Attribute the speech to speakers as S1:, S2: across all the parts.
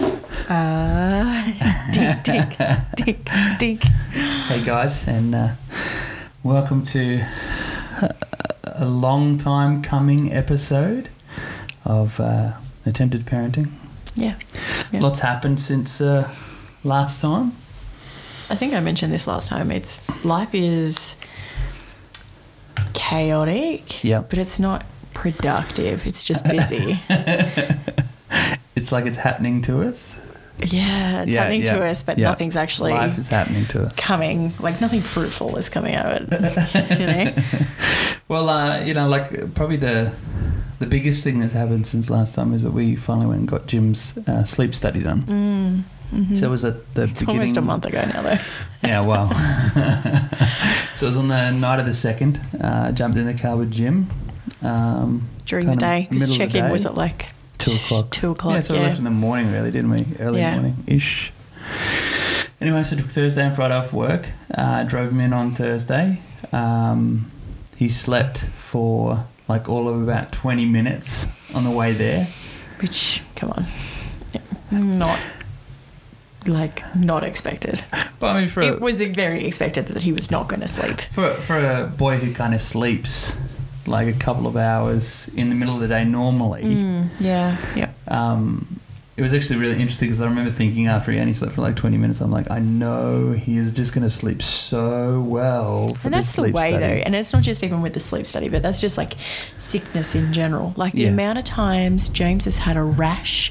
S1: Uh,
S2: Ah,
S1: dink, dink, dink, dink.
S2: Hey guys, and uh, welcome to a long time coming episode of uh, attempted parenting.
S1: Yeah. Yeah.
S2: Lots happened since uh, last time.
S1: I think I mentioned this last time. It's life is chaotic,
S2: Yep,
S1: but it's not productive. It's just busy.
S2: it's like it's happening to us.
S1: yeah, it's
S2: Yeah,
S1: happening
S2: yeah,
S1: to us, but
S2: yeah.
S1: nothing's actually
S2: Life is happening to us.
S1: coming. Like nothing fruitful is coming out of it. you know?
S2: Well, uh, you know, like probably the the biggest thing that's happened since last time is that we finally went and got Jim's uh, sleep study done.
S1: Mm, mhm.
S2: So it was at the
S1: it's
S2: beginning.
S1: almost a month ago now, though.
S2: Yeah, well. so it was on the night of the second. Uh, jumped in the car with Jim. Um,
S1: During
S2: Kinda
S1: the day, this
S2: middle of the
S1: check in
S2: day.
S1: was at like
S2: two o'clock.
S1: Two o'clock.
S2: yeah,
S1: Yeah,
S2: so we left in the morning, really, didn't we? Early
S1: Yeah.
S2: morning ish. Anyway, so took Thursday and Friday off work. Uh, drove him in on Thursday. Um, he slept for like all of about 20 minutes on the way there.
S1: which come on, Yeah, not like not expected.
S2: But I mean, for
S1: It
S2: a,
S1: was very expected that he was not going to sleep.
S2: for, a- for a boy who kind of sleeps like a couple of hours in the middle of the day normally,
S1: Mm, yeah, yeah.
S2: um, it was actually really interesting because I remember thinking after he only slept for like 20 minutes, I'm like, I know he is just going to sleep so well. For
S1: And
S2: this
S1: that's the
S2: sleep
S1: way
S2: study.
S1: though, and it's not just even with the sleep study, but that's just like sickness in general. Like the
S2: Yeah.
S1: amount of times James has had a rash,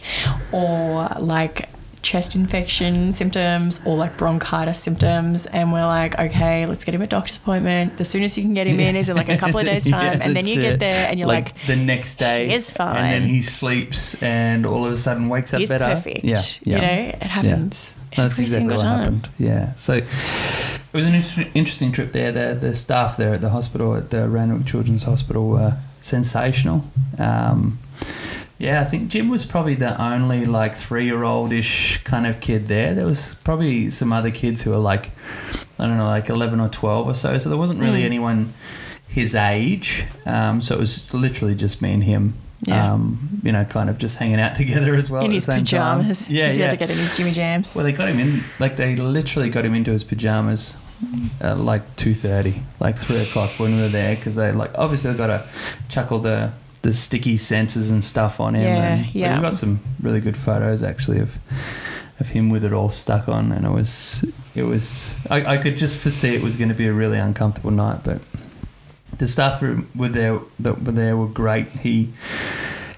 S1: or like chest infection symptoms, or like bronchitis symptoms, and we're like, okay, let's get him a doctor's appointment. The soonest you can get him in is in like a couple of days
S2: Yeah,
S1: time, and then
S2: that's
S1: you get
S2: it.
S1: there and you're like,
S2: the next day,
S1: "He is
S2: and then
S1: fine."
S2: he sleeps, and all of a sudden wakes up
S1: he's
S2: better.
S1: perfect.
S2: Yeah, yeah.
S1: You know, it happens
S2: That's
S1: every
S2: exactly
S1: single
S2: what
S1: time.
S2: happened. Yeah. So it was an inter- interesting trip there. The, the staff there at the hospital, at the Randwick Children's Hospital, were sensational. Um, yeah, I think Jim was probably the only like three year old ish kind of kid there. There was probably some other kids who were like, I don't know, like 11 or 12 or so. So there wasn't really
S1: Mm.
S2: anyone his age. Um, so it was literally just me and him.
S1: Yeah.
S2: Um, you know, kind of just hanging out together as well.
S1: in
S2: at
S1: his
S2: the same time.
S1: pajamas.
S2: Yeah,
S1: Yeah, he
S2: yeah.
S1: had to get in his Jimmy Jams.
S2: Well, they got him in, like they literally got him into his pajamas at like two thirty, like three o'clock when we were there, because they like obviously they got to chuck all the the sticky sensors and stuff on him.
S1: Yeah,
S2: and,
S1: yeah.
S2: We got some really good photos actually of of him with it all stuck on, and it was it was I, I could just foresee it was going to be a really uncomfortable night, but the staff who were there that were there were great. He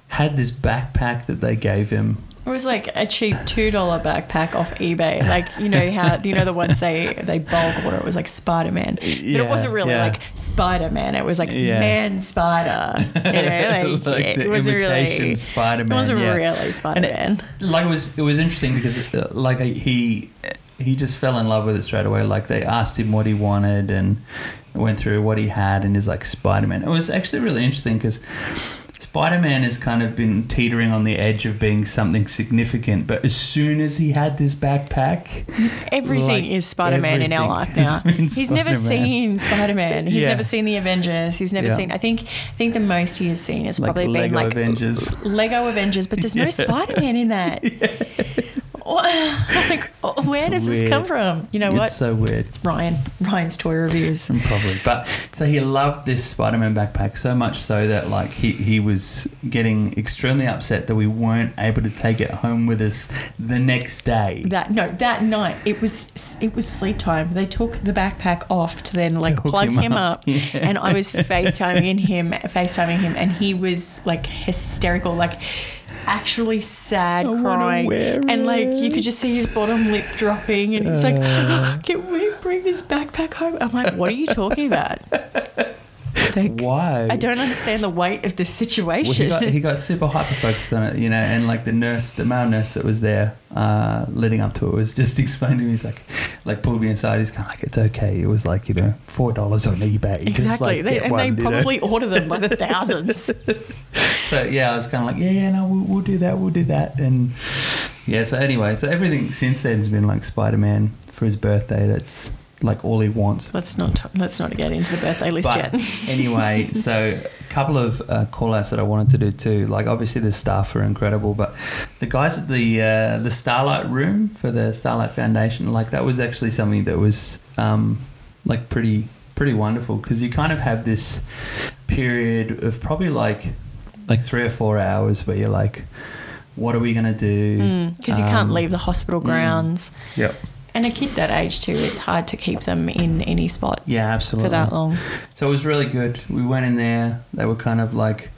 S2: had this backpack that they gave him
S1: It was like a cheap two dollar backpack off eBay. Like you know how you know the ones they they bulk order. It was like Spider Man, but
S2: Yeah,
S1: it wasn't really
S2: yeah.
S1: like Spider Man. It was like
S2: Yeah.
S1: Man Spider. You know, like,
S2: Like the
S1: it wasn't really.
S2: imitation
S1: It
S2: Spider-Man.
S1: wasn't
S2: yeah.
S1: really Spider Man.
S2: Like it was, it was interesting because uh, like he he just fell in love with it straight away. Like they asked him what he wanted and went through what he had and is like Spider-Man. It was actually really interesting because. Spider-Man has kind of been teetering on the edge of being something significant, but as soon as he had this backpack,
S1: Everything
S2: Like,
S1: is Spider Man in our life
S2: everything
S1: now.
S2: has been
S1: He's never
S2: Spider-Man.
S1: seen Spider Man. He's
S2: Yeah.
S1: never seen the Avengers. He's never
S2: Yeah.
S1: seen. I think. I think the most he has seen has
S2: like
S1: probably
S2: Lego
S1: been like
S2: Avengers,
S1: Lego Avengers, but there's no Spider Man in that. like, where
S2: It's
S1: does this come
S2: weird.
S1: from? You know what?
S2: it's so weird.
S1: It's Ryan. Ryan's toy reviews.
S2: Mm, Probably, but so he loved this Spider-Man backpack so much so that like he, he was getting extremely upset that we weren't able to take it home with us the next day.
S1: That no, that night it was it was sleep time. They took the backpack off to then like
S2: hook
S1: plug
S2: him
S1: him,
S2: up.
S1: up, and I was FaceTiming him, FaceTiming him, and he was like hysterical, like actually sad,
S2: wanna
S1: crying,
S2: wear
S1: and like you
S2: it. Uh.
S1: could just see his bottom lip dropping, and he's like, "Can we bring this backpack home?" I'm like, "What are you talking about?" Like,
S2: Why?
S1: I don't understand the weight of this
S2: Well, he,
S1: situation.
S2: got, he got super hyper focused on it, you know, and like the nurse, the male nurse that was there uh, leading up to it was just explaining to me, he's like, like pulled me inside. He's kind of like, it's okay. It was like, you know, $4 on eBay. Just,
S1: exactly,
S2: like,
S1: they,
S2: get
S1: and
S2: one,
S1: they
S2: you know?
S1: probably order them by the thousands.
S2: So yeah, I was kind of like, yeah, yeah, no, we'll, we'll do that, we'll do that, and yeah. So anyway, so everything since then has been like Spider Man for his birthday. That's like all he wants.
S1: Let's not t- let's not get into the birthday list
S2: But
S1: yet.
S2: anyway, so a couple of uh, call outs that I wanted to do too. Like obviously the staff are incredible, but the guys at the uh, the Starlight Room for the Starlight Foundation, like that was actually something that was um, like pretty pretty wonderful because you kind of have this period of probably like like three or four hours where you're like, what are we gonna do?
S1: Mm. Because you can't
S2: Um,
S1: leave the hospital
S2: mm.
S1: grounds.
S2: Yep.
S1: And a kid that age too, it's hard to keep them in any spot
S2: Yeah, absolutely.
S1: for that long.
S2: So it was really good. We went in there. They were kind of like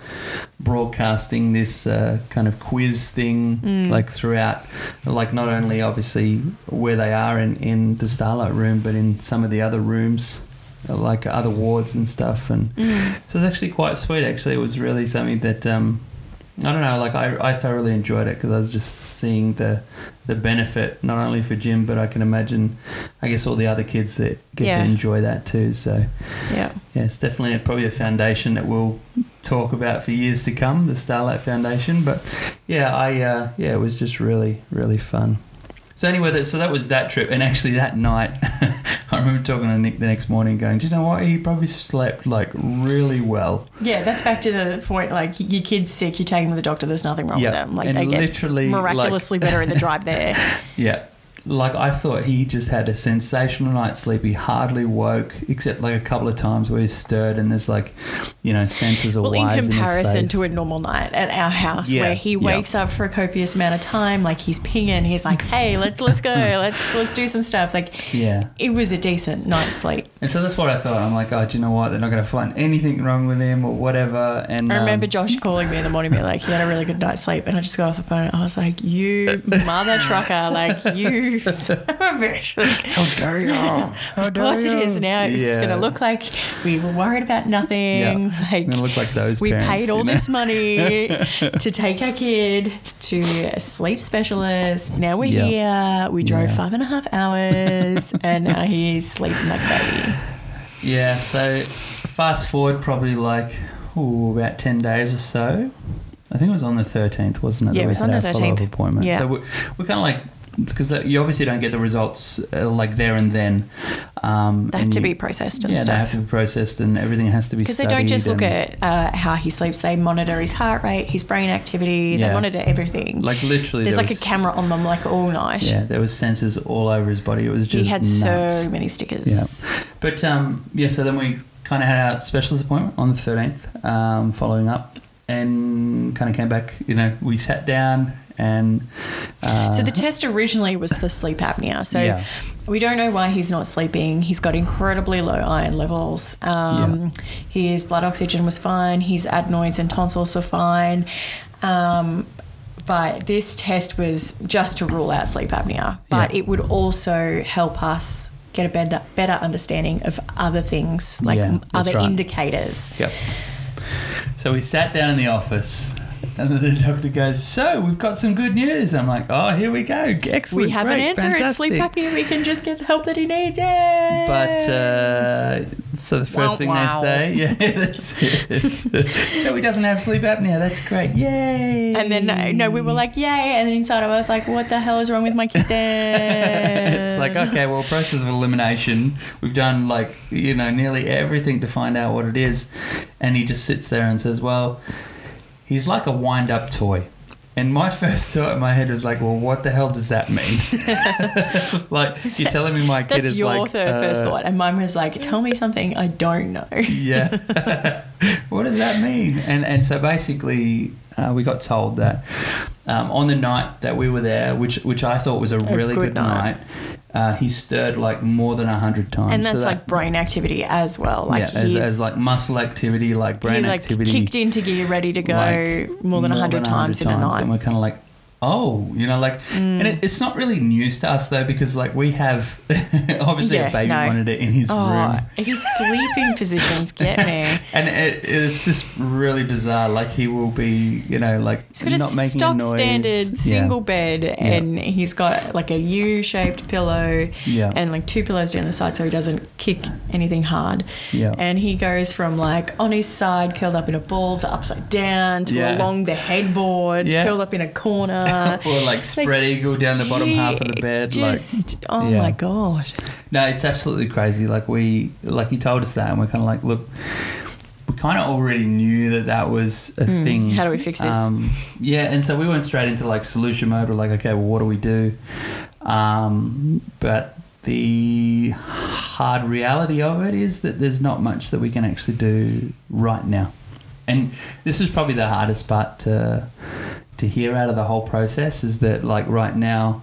S2: broadcasting this uh, kind of quiz thing,
S1: Mm.
S2: like throughout, like not only obviously where they are in, in the Starlight Room, but in some of the other rooms, like other wards and stuff. And
S1: Mm.
S2: so it's actually quite sweet. Actually, it was really something that um, I don't know. Like I, I thoroughly enjoyed it because I was just seeing the the benefit not only for Jim, but I can imagine, I guess, all the other kids that get
S1: Yeah.
S2: to enjoy that too. So.
S1: Yeah.
S2: Yeah, it's definitely a, probably a foundation that we'll talk about for years to come, the Starlight Foundation. But yeah, I uh, yeah, it was just really really fun. So anyway, that, so that was that trip, and actually that night, I remember talking to Nick the next morning, going, "Do you know what? He probably slept like really well."
S1: Yeah, that's back to the point like your kid's sick, you take them to the doctor, there's nothing wrong
S2: Yeah,
S1: with them. Like
S2: and
S1: they get
S2: literally like-
S1: miraculously better in the drive there.
S2: Yeah. Like I thought he just had a sensational night's sleep. He hardly woke except like a couple of times where he's stirred and there's like, you know, senses of
S1: Well, in
S2: wires
S1: comparison
S2: in his face.
S1: to a normal night at our house
S2: Yeah,
S1: where he
S2: yeah.
S1: wakes up for a copious amount of time, like he's pinging, he's like, Hey, let's let's go, let's let's do some stuff. Like
S2: yeah.
S1: it was a decent night's sleep.
S2: And so that's what I thought. I'm like, oh, do you know what? They're not going to find anything wrong with him or whatever. And
S1: I remember
S2: um,
S1: Josh calling me in the morning, being like, he had a really good night's sleep. And I just got off the phone. And I was like, you mother trucker, like, you son of a bitch. Like,
S2: how dare you? How
S1: of course it
S2: dare
S1: is
S2: you?
S1: now. It's
S2: Yeah.
S1: going to look like we were worried about nothing.
S2: Yeah.
S1: Like,
S2: Gonna look like those.
S1: we
S2: parents,
S1: paid all
S2: you know?
S1: this money to take our kid to a sleep specialist. Now we're
S2: Yeah.
S1: here. We drove
S2: Yeah.
S1: five and a half hours and now he's sleeping like a baby.
S2: Yeah. So fast forward probably like ooh, about ten days or so. I think it was on the 13th, wasn't it?
S1: Yeah,
S2: that
S1: it
S2: we
S1: was on
S2: had
S1: the
S2: our follow-up
S1: 13th.
S2: Appointment.
S1: Yeah.
S2: So we we kind of like because you obviously don't get the results uh, like there and then. Um,
S1: They have
S2: and
S1: to
S2: you-
S1: be processed and
S2: yeah,
S1: stuff.
S2: they have to be processed and everything has to be
S1: Because they don't just
S2: studied
S1: look
S2: and-
S1: at uh, how he sleeps, they monitor his heart rate, his brain activity, they
S2: Yeah.
S1: monitor everything.
S2: like literally
S1: There's
S2: there
S1: like
S2: was-
S1: a camera on them like all night.
S2: Yeah, there was sensors all over his body. It was just
S1: he had
S2: nuts.
S1: so many stickers.
S2: But um, yeah, so then we kind of had our specialist appointment on the thirteenth, um, following up, and kind of came back. You know, we sat down and uh,
S1: So the test originally was for sleep apnea. So
S2: yeah,
S1: we don't know why he's not sleeping. He's got incredibly low iron levels. Um, His blood oxygen was fine. His adenoids and tonsils were fine. Um, but this test was just to rule out sleep apnea. But
S2: Yeah.
S1: it would also help us get a better, better understanding of other things, like
S2: Yeah,
S1: m-
S2: that's
S1: other
S2: right.
S1: indicators.
S2: yep. So we sat down in the office. And then the doctor goes, So we've got some good news. I'm like, Oh, here we go. Excellent.
S1: we have
S2: great,
S1: an answer. It's sleep
S2: fantastic."
S1: apnea. We can just get the help that he needs. Yay!
S2: But uh, so the first
S1: Wow,
S2: thing
S1: wow.
S2: they say, yeah, that's it. so he doesn't have sleep apnea. That's great. Yay!
S1: And then uh, no, no,
S2: Mm.
S1: we were like, yay! And then inside of us, like, what the hell is wrong with my kid? Then
S2: it's like okay, well, process of elimination. We've done like you know nearly everything to find out what it is, and he just sits there and says, "Well, he's like a wind-up toy." And my first thought in my head was like, "Well, what the hell does that mean?" like you're telling me my kid
S1: that's
S2: is
S1: your
S2: like
S1: third first
S2: uh, Um,
S1: thought, and mine was like, tell me something I don't know.
S2: yeah. what does that mean? And and so basically, uh, we got told that um, on the night that we were there, which which I thought was a really
S1: good
S2: good,
S1: night.
S2: night, uh, he stirred like more than hundred times.
S1: and
S2: So
S1: that's
S2: that-
S1: like brain activity as well. Like
S2: yeah, as,
S1: he's
S2: as like muscle activity, like brain
S1: he like
S2: activity,
S1: kicked into gear, ready to go
S2: like,
S1: more than hundred times, in a night. Mm.
S2: and we're kind of like. Oh, you know, like, and it, it's not really news to us though, because like we have obviously
S1: Yeah,
S2: a baby
S1: no.
S2: monitor in his room,
S1: Oh, his sleeping positions get me.
S2: and it, it's just really bizarre. Like he will be, you know, like
S1: He's got a
S2: not making
S1: stock
S2: a noise.
S1: standard single bed, and he's got like a U-shaped pillow,
S2: Yeah.
S1: and like two pillows down the side, so he doesn't kick anything hard.
S2: Yeah.
S1: And he goes from like on his side, curled up in a ball, to upside down, to
S2: Yeah.
S1: along the headboard,
S2: Yeah.
S1: curled up in a corner.
S2: Or like spread eagle down the bottom half of the bed,
S1: uh, Just oh
S2: yeah.
S1: my god!
S2: like No, it's absolutely crazy. Like we, like he told us that, and we're kind of like, look, we kind of already knew that that was a
S1: Mm,
S2: thing.
S1: How do we fix this?
S2: Um, yeah, and so we went straight into like solution mode. We're like, okay, well, what do we do? Um, but the hard reality of it is that there's not much that we can actually do right now. And this is probably the hardest part to to hear out of the whole process is that like right now,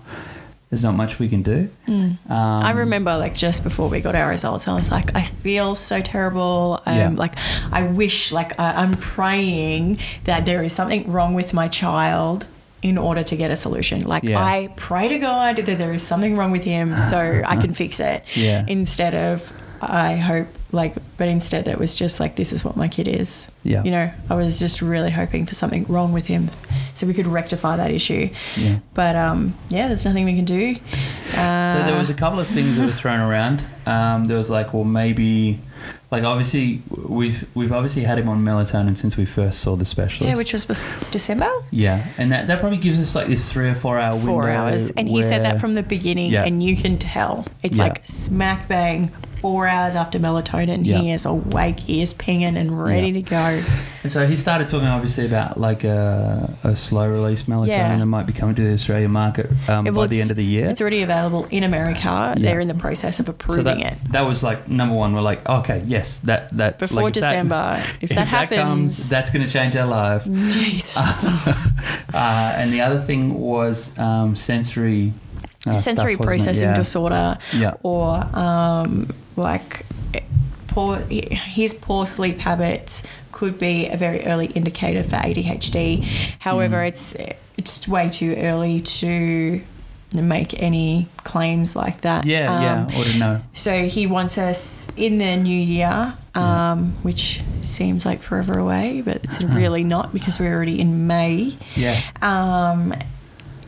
S2: there's not much we can do.
S1: Mm.
S2: Um,
S1: I remember like just before we got our results, I was like, I feel so terrible. Um,
S2: Yeah.
S1: Like, I wish, like, I, I'm praying that there is something wrong with my child in order to get a solution. Like,
S2: Yeah.
S1: I pray to God that there is something wrong with him so I can fix it
S2: Yeah.
S1: instead of, I hope, like, but instead that was just like, this is what my kid is.
S2: yeah.
S1: You know, I was just really hoping for something wrong with him so we could rectify that issue.
S2: yeah.
S1: But um, yeah, there's nothing we can do. Uh,
S2: So there was a couple of things that were thrown around. Um, there was like, well, maybe, like obviously we've we've obviously had him on melatonin since we first saw the specialist.
S1: Yeah, which was bef- December,
S2: yeah, and that, that probably gives us like this three or four hour window.
S1: four hours. And he said
S2: where-
S1: that from the beginning,
S2: Yeah.
S1: and you can tell. It's
S2: Yeah.
S1: like smack bang, four hours after melatonin. He
S2: Yeah.
S1: is awake, he is pinging and ready to go.
S2: And so he started talking obviously about like a, a slow release melatonin
S1: Yeah.
S2: that might be coming to the Australian market um,
S1: It
S2: by
S1: was-
S2: the end of the year.
S1: It's already available in America. They're in the process of
S2: So
S1: approving
S2: that,
S1: it.
S2: that was like number one. We're like, okay, yes, that that
S1: Before
S2: like, if that-
S1: December, if, that happens,
S2: comes, Ah, that's going to change our life.
S1: Jesus,
S2: Uh, and the other thing was um, sensory uh,
S1: sensory
S2: stuff, wasn't it?
S1: processing
S2: yeah.
S1: disorder.
S2: Yeah,
S1: or um, like poor his poor sleep habits could be a very early indicator for ADHD. However,
S2: Mm.
S1: it's it's way too early to make any claims like that.
S2: yeah,
S1: Um,
S2: yeah. Or to know.
S1: So he wants us in the new year, um, which seems like forever away, but it's
S2: Uh-huh.
S1: really not because we're already in May
S2: Yeah,
S1: um,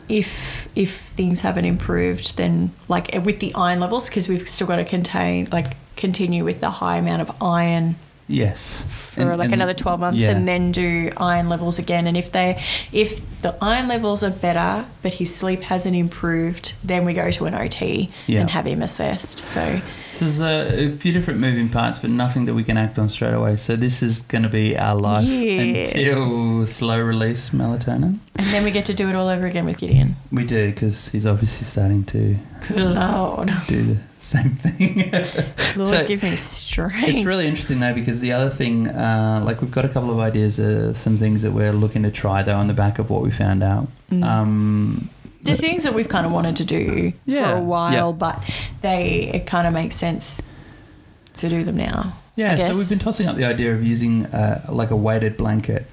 S1: if if things haven't improved, then like eh, with the iron levels, because we've still got to contain like continue with the high amount of iron
S2: yes.
S1: for
S2: And-
S1: like
S2: and-
S1: another 12 months
S2: yeah.
S1: and then do iron levels again and if they if the iron levels are better but his sleep hasn't improved then we go to an ot
S2: Yeah.
S1: and have him assessed so
S2: So there's a, a few different moving parts, but nothing that we can act on straight away. So this is going to be our life
S1: Yeah.
S2: until slow release melatonin.
S1: and then we get to do it all over again with gideon
S2: We do because he's obviously starting to
S1: good lord
S2: do the same thing.
S1: lord
S2: So,
S1: give me strength
S2: It's really interesting though because the other thing, uh, like we've got a couple of ideas, uh, some things that we're looking to try though on the back of what we found out.
S1: Mm.
S2: Um,
S1: the things that we've kind of wanted to do
S2: Yeah.
S1: for a while,
S2: Yeah.
S1: but they it kind of makes sense to do them now.
S2: Yeah,
S1: I
S2: so
S1: guess.
S2: we've been tossing up the idea of using uh, like a weighted blanket.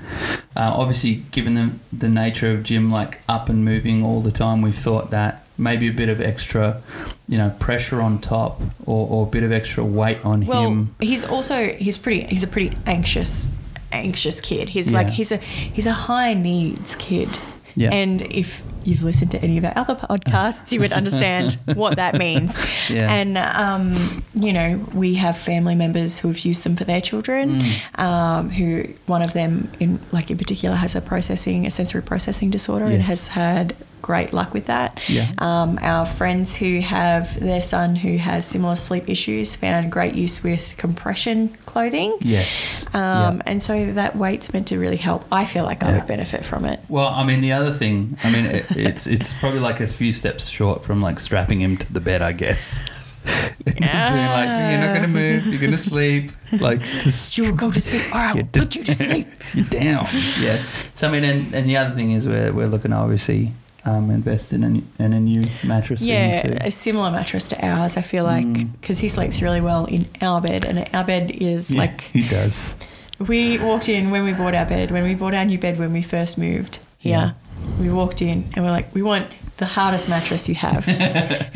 S2: Uh, obviously, given the, the nature of gym, like up and moving all the time, we thought that maybe a bit of extra, you know, pressure on top or, or a bit of extra weight on
S1: Well,
S2: him.
S1: he's also he's pretty he's a pretty anxious anxious kid. He's like
S2: Yeah.
S1: he's a he's a high needs kid.
S2: Yeah.
S1: And if you've listened to any of our other podcasts, you would understand what that means.
S2: yeah.
S1: And um, you know, we have family members who have used them for their children.
S2: Mm.
S1: um, who one of them in like in particular has a processing a sensory processing disorder and
S2: Yes.
S1: has had great luck with that.
S2: yeah.
S1: Um, our friends who have their son who has similar sleep issues found great use with compression clothing.
S2: Yes.
S1: Um,
S2: Yeah.
S1: And so that weight's meant to really help. I feel like I
S2: Yeah.
S1: would benefit from it.
S2: Well, I mean, the other thing, I mean, it, it's it's probably like a few steps short from like strapping him to the bed, I guess. Just being like, you're not going to move, you're going to sleep. Like, just
S1: You will go to sleep, or I will
S2: You're d-
S1: put you to sleep.
S2: You're down. Yeah. So I mean, and, and the other thing is we're, we're looking to obviously um, invest in a, in a new mattress. for him
S1: Yeah,
S2: too.
S1: a similar mattress to ours. I feel like
S2: Mm.
S1: because he sleeps really well in our bed, and our bed is
S2: Yeah,
S1: like
S2: he does.
S1: We walked in when we bought our bed, when we bought our new bed when we first moved here. We walked in and we're like, we want the hardest mattress you have.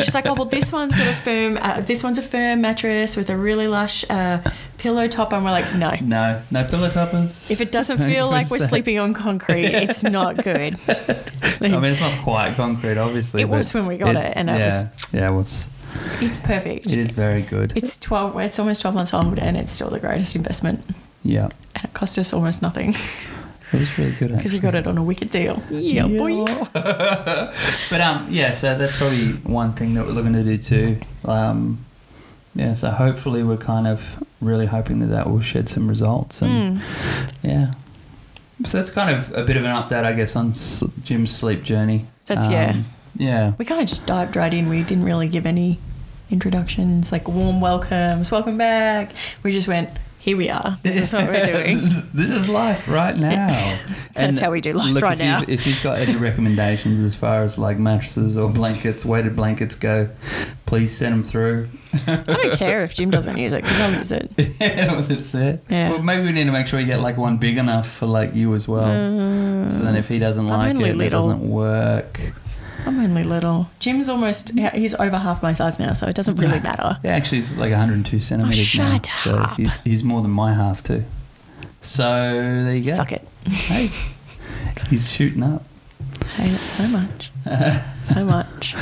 S1: She's like, oh well, this one's got a firm, uh, this one's a firm mattress with a really lush uh, pillow top, and we're like, no.
S2: No, no pillow toppers.
S1: If it doesn't
S2: Don't
S1: feel
S2: use
S1: like we're
S2: that.
S1: sleeping on concrete, it's not good.
S2: I mean, it's not quite concrete, obviously.
S1: It
S2: but
S1: was when we got it,
S2: it's-
S1: and
S2: yeah,
S1: it was,
S2: yeah, well, it's,
S1: it's perfect.
S2: it is very good.
S1: It's twelve. It's almost twelve months old, and it's still the greatest investment.
S2: Yeah,
S1: And it cost us almost nothing
S2: it was really good.
S1: because we
S2: actually.
S1: got it on a wicked deal. Yeah, boy.
S2: but um, yeah, so that's probably one thing that we're looking to do too. Um, yeah, so hopefully we're kind of really hoping that that will shed some results and
S1: Mm.
S2: yeah. So that's kind of a bit of an update, I guess, on s- Jim's sleep journey.
S1: That's
S2: Um,
S1: yeah.
S2: Yeah.
S1: We kind of just dived right in. We didn't really give any introductions, like warm welcomes, welcome back. We just went, here we are. This is what we're doing.
S2: this, this is life right now.
S1: That's how we do life
S2: look,
S1: right
S2: if
S1: now.
S2: You've, if you've got any recommendations as far as like mattresses or blankets, weighted blankets go, please send them through.
S1: I don't care if Jim doesn't use it because I'll use it.
S2: That's it.
S1: Yeah.
S2: Well, maybe we need to make sure we get like one big enough for like you as well. so
S1: Uh,
S2: then if he doesn't
S1: Mm. I'm
S2: like
S1: only
S2: it, it
S1: little.
S2: doesn't work.
S1: I'm only little. Jim's almost, yeah, he's over half my size now, so it doesn't really matter.
S2: Yeah, actually, it's like 102 centimeters. now,
S1: Oh, shut
S2: So
S1: up.
S2: He's, he's more than my half too. So there you go.
S1: Suck it.
S2: Hey, he's shooting up.
S1: I hate it so much. so much.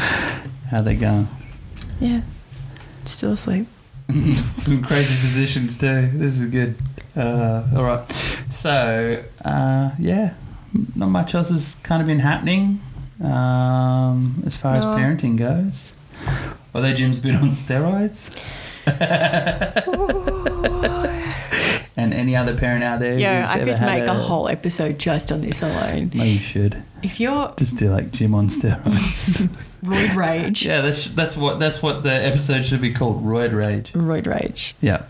S2: How they going?
S1: Yeah. Still asleep.
S2: Some crazy positions too. This is good. Uh, all right. So uh, yeah, not much else has kind of been happening um, as far as
S1: No.
S2: parenting goes. Although Jim's been on steroids. and any other parent out there?
S1: Yo,
S2: who's
S1: I
S2: ever
S1: could
S2: had
S1: make a whole episode just on this alone.
S2: No, you should
S1: If you're
S2: just do like Jim on steroids.
S1: roid rage,
S2: yeah, that's that's what that's what the episode should be called. Roid rage.
S1: roid rage.
S2: Yeah.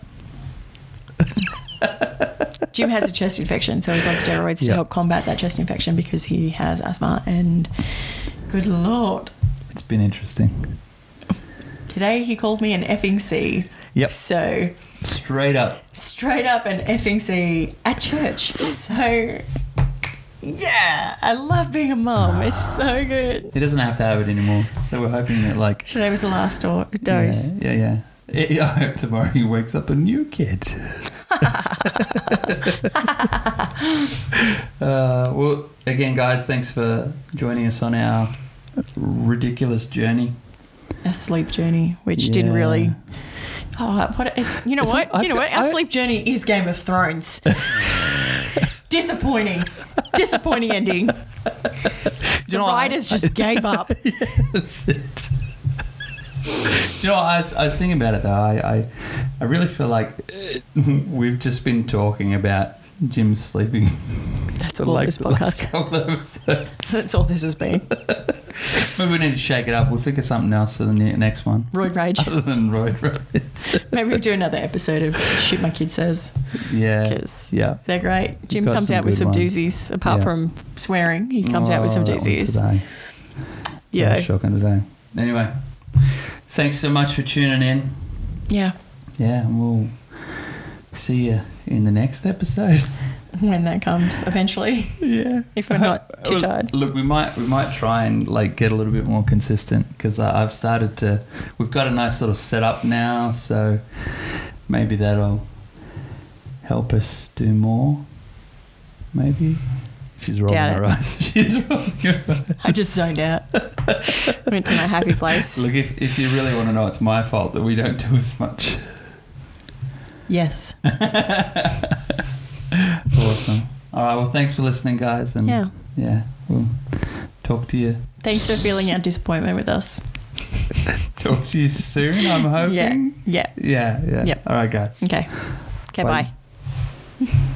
S1: Jim has a chest infection, so he's on steroids
S2: Yeah.
S1: to help combat that chest infection because he has asthma. And good lord,
S2: It's been interesting.
S1: today he called me an effing C.
S2: Yep.
S1: So
S2: Straight up.
S1: straight up an effing C at church. So yeah, I love being a mom. It's so good.
S2: He doesn't have to have it anymore. So we're hoping that like
S1: Today was the last or- dose.
S2: Yeah, yeah. yeah. I- I hope tomorrow he wakes up a new kid. uh, well, again, guys, thanks for joining us on our ridiculous journey.
S1: Our sleep journey, which didn't
S2: Yeah.
S1: really. Oh, what? It, you know
S2: It's-
S1: what?
S2: I
S1: you know
S2: feel-
S1: what? Our
S2: I-
S1: sleep journey is Game of Thrones. Disappointing. Disappointing ending.
S2: you
S1: The
S2: know what?
S1: writers just gave up.
S2: That's it. Do you know, what? I was, I was thinking about it though. I, I, I really feel like we've just been talking about Jim sleeping.
S1: That's
S2: for
S1: all
S2: like
S1: this
S2: the last
S1: podcast.
S2: couple of episodes.
S1: That's all this has been.
S2: Maybe we need to shake it up. We'll think of something else for the ne- next one.
S1: Roid rage.
S2: Other than road rage.
S1: Maybe we'll do another episode of Shit My Kid Says
S2: Yeah.
S1: because
S2: Yeah.
S1: they're great. Jim
S2: got
S1: comes
S2: some
S1: out with
S2: good
S1: some
S2: ones.
S1: doozies. Apart
S2: Yeah.
S1: from swearing, he comes out with some
S2: Oh, that one
S1: doozies.
S2: Today. That
S1: Yeah,
S2: was Shocking today. Anyway, thanks so much for tuning in.
S1: yeah.
S2: Yeah, and we'll see you in the next episode.
S1: When that comes eventually,
S2: yeah.
S1: if we're not too
S2: Well,
S1: tired.
S2: Look, we might we might try and like get a little bit more consistent because I've started to. We've got a nice little setup now, so maybe that'll help us do more. Maybe she's rolling
S1: Doubt
S2: her eyes. She's rolling her eyes.
S1: I just zoned out. Went to my happy place.
S2: Look, if if you really want to know, it's my fault that we don't do as much.
S1: Yes.
S2: Awesome. All right. Well, thanks for listening, guys, and
S1: Yeah.
S2: yeah, we'll talk to you.
S1: Thanks for feeling our disappointment with us.
S2: Talk to you soon. I'm hoping.
S1: Yeah.
S2: Yeah, yeah.
S1: Yep.
S2: All right, guys.
S1: Okay. Okay.
S2: Bye.
S1: bye.